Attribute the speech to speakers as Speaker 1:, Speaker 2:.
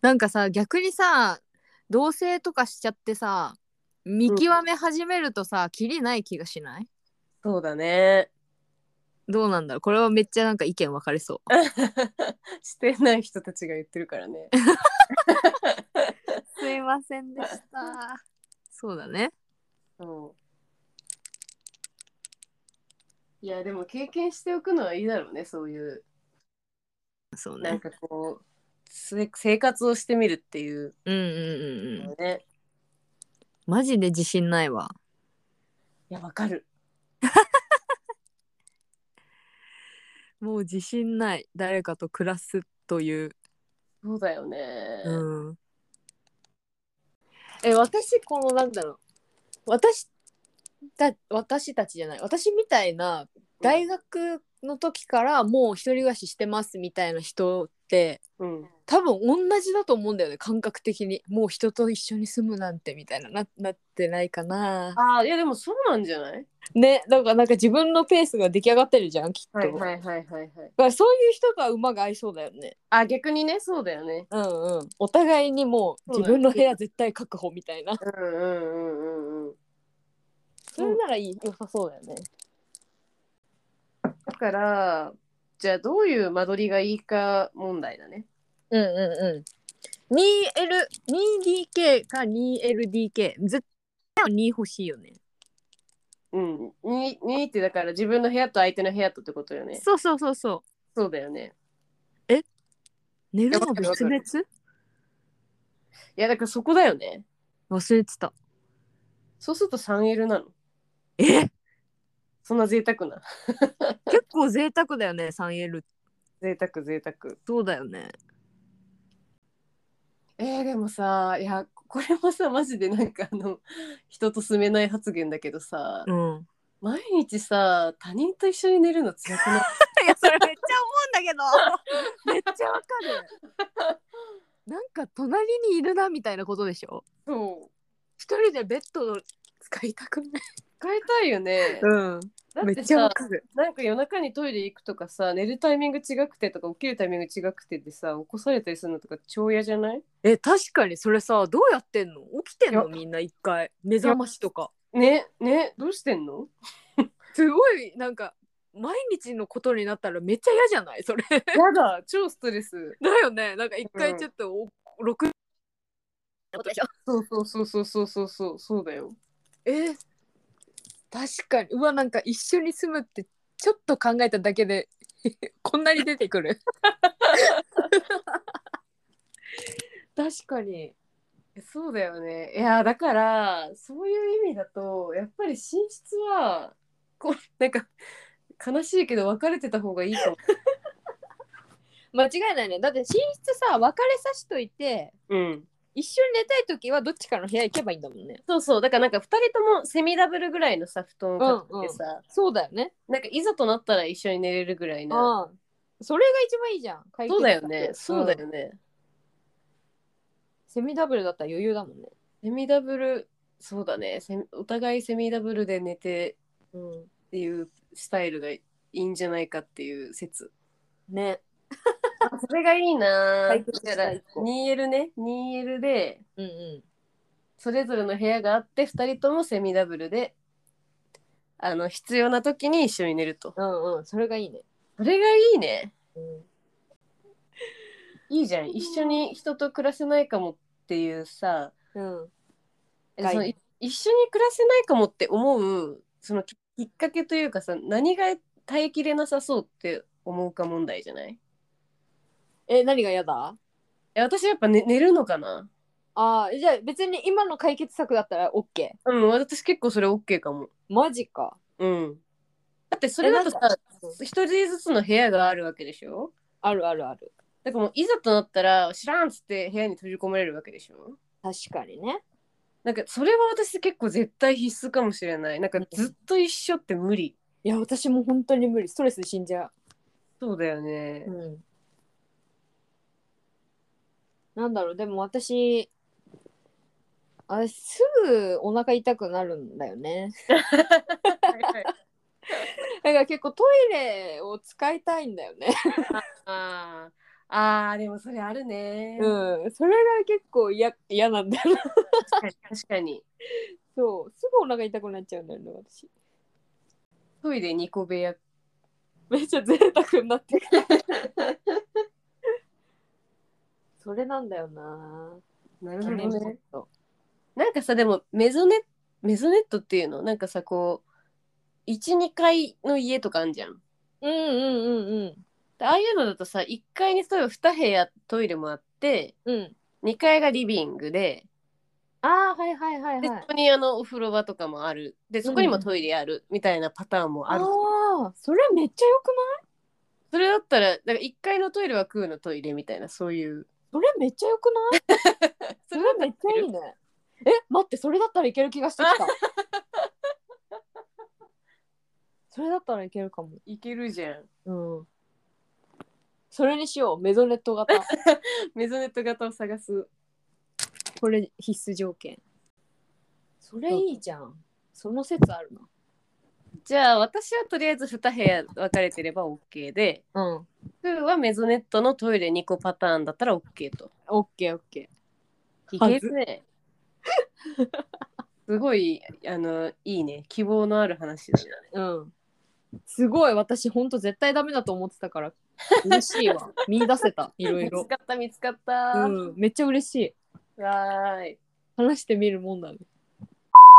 Speaker 1: なんかさ逆にさ同棲とかしちゃってさ見極め始めるとさ、キリない気がしない
Speaker 2: そうだね。
Speaker 1: どうなんだろうこれはめっちゃなんか意見分かれそう
Speaker 2: してない人たちが言ってるから ね。
Speaker 1: すいませんでしたそうだね
Speaker 2: そういやでも経験しておくのはいいだろうねそういう
Speaker 1: そう
Speaker 2: なん
Speaker 1: ね
Speaker 2: かこうせ生活をしてみるっていう
Speaker 1: うんうんうんうん
Speaker 2: のね、
Speaker 1: マジで自信ないわ
Speaker 2: いやわかる
Speaker 1: もう自信ない誰かと暮らすという、
Speaker 2: そうだよね、
Speaker 1: うん、え私このなんだろう私た私たちじゃない私みたいな大学の時からもう一人暮らししてますみたいな人って
Speaker 2: うん
Speaker 1: 多分同じだと思うんだよね感覚的にもう人と一緒に住むなんてみたいなななってないかな
Speaker 2: ああいやでもそうなんじゃない
Speaker 1: ねだからなんか自分のペースが出来上がってるじゃんきっと、だ
Speaker 2: いはいはいはい
Speaker 1: からそういう人が馬が合いそうだよね
Speaker 2: あ逆にねそうだよね
Speaker 1: うんうんお互いにもう
Speaker 2: そう
Speaker 1: 自
Speaker 2: だよ
Speaker 1: 分の部屋絶対確保みたいな
Speaker 2: うんうんうんうんうん
Speaker 1: それならいい良さそうだよね
Speaker 2: だからじゃあどういう間取りがいいか問題だね
Speaker 1: うんうんうん 2L2DK か 2LDK 絶対2欲しいよね
Speaker 2: うんににってだから自分の部屋と相手の部屋とってことよね
Speaker 1: そうそうそうそ
Speaker 2: そうだよね
Speaker 1: う寝
Speaker 2: いや
Speaker 1: るの
Speaker 2: わかるわ
Speaker 1: 別
Speaker 2: かる
Speaker 1: 々
Speaker 2: いやだからそこだよね。
Speaker 1: 忘れてた
Speaker 2: そうすると 3L なの。
Speaker 1: え
Speaker 2: そんな贅沢な。
Speaker 1: 結構贅沢だよね 3L って
Speaker 2: 贅沢贅沢。
Speaker 1: そうだよね
Speaker 2: えー、でもさ、いや、これもさ、マジでなんかあの、人と住めない発言だけどさ、
Speaker 1: うん
Speaker 2: 毎日さ、他人と一緒に寝るの辛くない
Speaker 1: いやそれめっちゃ思うんだけど めっちゃわかるなんか隣にいるなみたいなことでしょ
Speaker 2: そう。
Speaker 1: 一人でベッド使いたくない
Speaker 2: 変えたいよね。
Speaker 1: うん
Speaker 2: だ
Speaker 1: め
Speaker 2: っ
Speaker 1: ってちゃわ
Speaker 2: さ、
Speaker 1: かる
Speaker 2: なんか夜中にトイレ行くとかさ、寝るタイミング違くてとか、起きるタイミング違くてでさ、起こされたりするのとか超嫌じゃない
Speaker 1: え確かにそれさどうやってんの起きてんの
Speaker 2: いや
Speaker 1: みんな一回目覚ましとか
Speaker 2: ね、ね、どうしてんの
Speaker 1: すごいなんか毎日のことになったらめっちゃ嫌じゃないそれ だ
Speaker 2: やだ、超ストレス。
Speaker 1: よねなんか一
Speaker 2: う
Speaker 1: 回
Speaker 2: ん
Speaker 1: ちょっとお6ことでしょ
Speaker 2: そうそうそうそうそうそうそう、そうだよ。
Speaker 1: え確かにうわなんか一緒に住むってちょっと考えただけで こんなに出てく る確かに
Speaker 2: そうだよね。いやだからそういう意味だとやっぱり寝室はこうなんか悲しいけど別れてた方がいいかも。
Speaker 1: 間違いないねだって寝室さ別れさしといて
Speaker 2: うん。
Speaker 1: 一緒に寝たい時はどっちかの部屋行けばいいんだもんね
Speaker 2: そうそうだからなんか2人ともセミダブルぐらいのさ布団を買ってさ、
Speaker 1: そうだよね
Speaker 2: なんかいざとなったら一緒に寝れるぐらいな。
Speaker 1: ああそれが一番いいじゃん解決
Speaker 2: そ
Speaker 1: 策
Speaker 2: うだよね。そうだ
Speaker 1: ん
Speaker 2: よね。
Speaker 1: セミダブルだったら余裕だもんね
Speaker 2: セミダブルそうだね。セミお互いセミダブルで寝て
Speaker 1: うん
Speaker 2: っていうスタイルがいいんじゃないかっていう説。
Speaker 1: ね
Speaker 2: それがいいな
Speaker 1: 解
Speaker 2: ぁ。
Speaker 1: 決
Speaker 2: だ
Speaker 1: し
Speaker 2: か
Speaker 1: た
Speaker 2: ら
Speaker 1: い
Speaker 2: 2L ね 2L で。
Speaker 1: うんうん
Speaker 2: それぞれの部屋があって2人ともセミダブルであの必要な時に一緒に寝ると
Speaker 1: うんうんそれがいいね
Speaker 2: それがいいね
Speaker 1: うん
Speaker 2: いいじゃん一緒に人と暮らせないかもっていうさ、
Speaker 1: うん
Speaker 2: え
Speaker 1: はい
Speaker 2: そのい一緒に暮らせないかもって思うそのききっかけというかさ何が耐えきれなさそうって思うか問題じゃない
Speaker 1: え何が嫌だ
Speaker 2: え私やっぱ、ね、寝るのかな
Speaker 1: ああじゃあ別に今の解決策だったら OK
Speaker 2: うん私結構それ OK かも
Speaker 1: マジか
Speaker 2: うんだってそれだとさ
Speaker 1: えなんかうん
Speaker 2: 一人ずつの部屋があるわけでしょ
Speaker 1: あるあるある
Speaker 2: だからもういざとなったら知らんっつって部屋に閉じ込められるわけでしょ
Speaker 1: 確かにね
Speaker 2: なんかそれは私結構絶対必須かもしれないなんかずっと一緒って無理
Speaker 1: いや私も本当に無理ストレスで死んじゃ
Speaker 2: そうだよね
Speaker 1: う、んなんだろうでも私あれすぐお腹痛くなるんだよね だから結構トイレを使いたいんだよね。
Speaker 2: あーああでもそれあるね、
Speaker 1: うん、それが結構嫌嫌なんだよな
Speaker 2: 確かに確かに
Speaker 1: そうすぐお腹痛くなっちゃうんだよね私
Speaker 2: トイレ2個部屋
Speaker 1: めっちゃ贅沢になってくる それなんだよな
Speaker 2: な
Speaker 1: 去年もっと
Speaker 2: なんかさでもメゾネメゾネットっていうのなんかさこう12階の家とかあんじゃん
Speaker 1: うんうんうんうん
Speaker 2: でああいうのだとさ1階に例えば2部屋トイレもあって
Speaker 1: うん
Speaker 2: 2階がリビングで
Speaker 1: ああはいはいはい
Speaker 2: で
Speaker 1: は
Speaker 2: そ
Speaker 1: い
Speaker 2: こにあのお風呂場とかもあるでそこにもトイレあるみたいなパターンもあ
Speaker 1: あ
Speaker 2: る、
Speaker 1: あそれめっちゃよくない
Speaker 2: それだったらなんか1階のトイレは空のトイレみたいなそういう
Speaker 1: それめっちゃよくないそ
Speaker 2: そ
Speaker 1: れ
Speaker 2: れだった
Speaker 1: め
Speaker 2: ら
Speaker 1: っちゃいいねえ待ってそれだったらいける気がして きたそれだったらいけるかも
Speaker 2: いけるじゃん
Speaker 1: うんそれにしようメゾネット 型
Speaker 2: メゾネット型を探す
Speaker 1: これ必須条件それいいじゃんその説ある
Speaker 2: じゃあ私はとりあえず2部屋分かれてれば OK で
Speaker 1: なうん
Speaker 2: 空はメゾネットのトイレ2個パターンだったら OK と
Speaker 1: オッケーオッケ
Speaker 2: いけるね。 すごい、あの、いいね。希望のある話だね。
Speaker 1: ーうんすごい私ほんと絶対ダメだと思ってたから嬉しい わ見出せたいろい
Speaker 2: 見
Speaker 1: ろ
Speaker 2: つ、かった、見つかった。
Speaker 1: うん、めっちゃ嬉しい
Speaker 2: わーい。
Speaker 1: 話してみるもんだね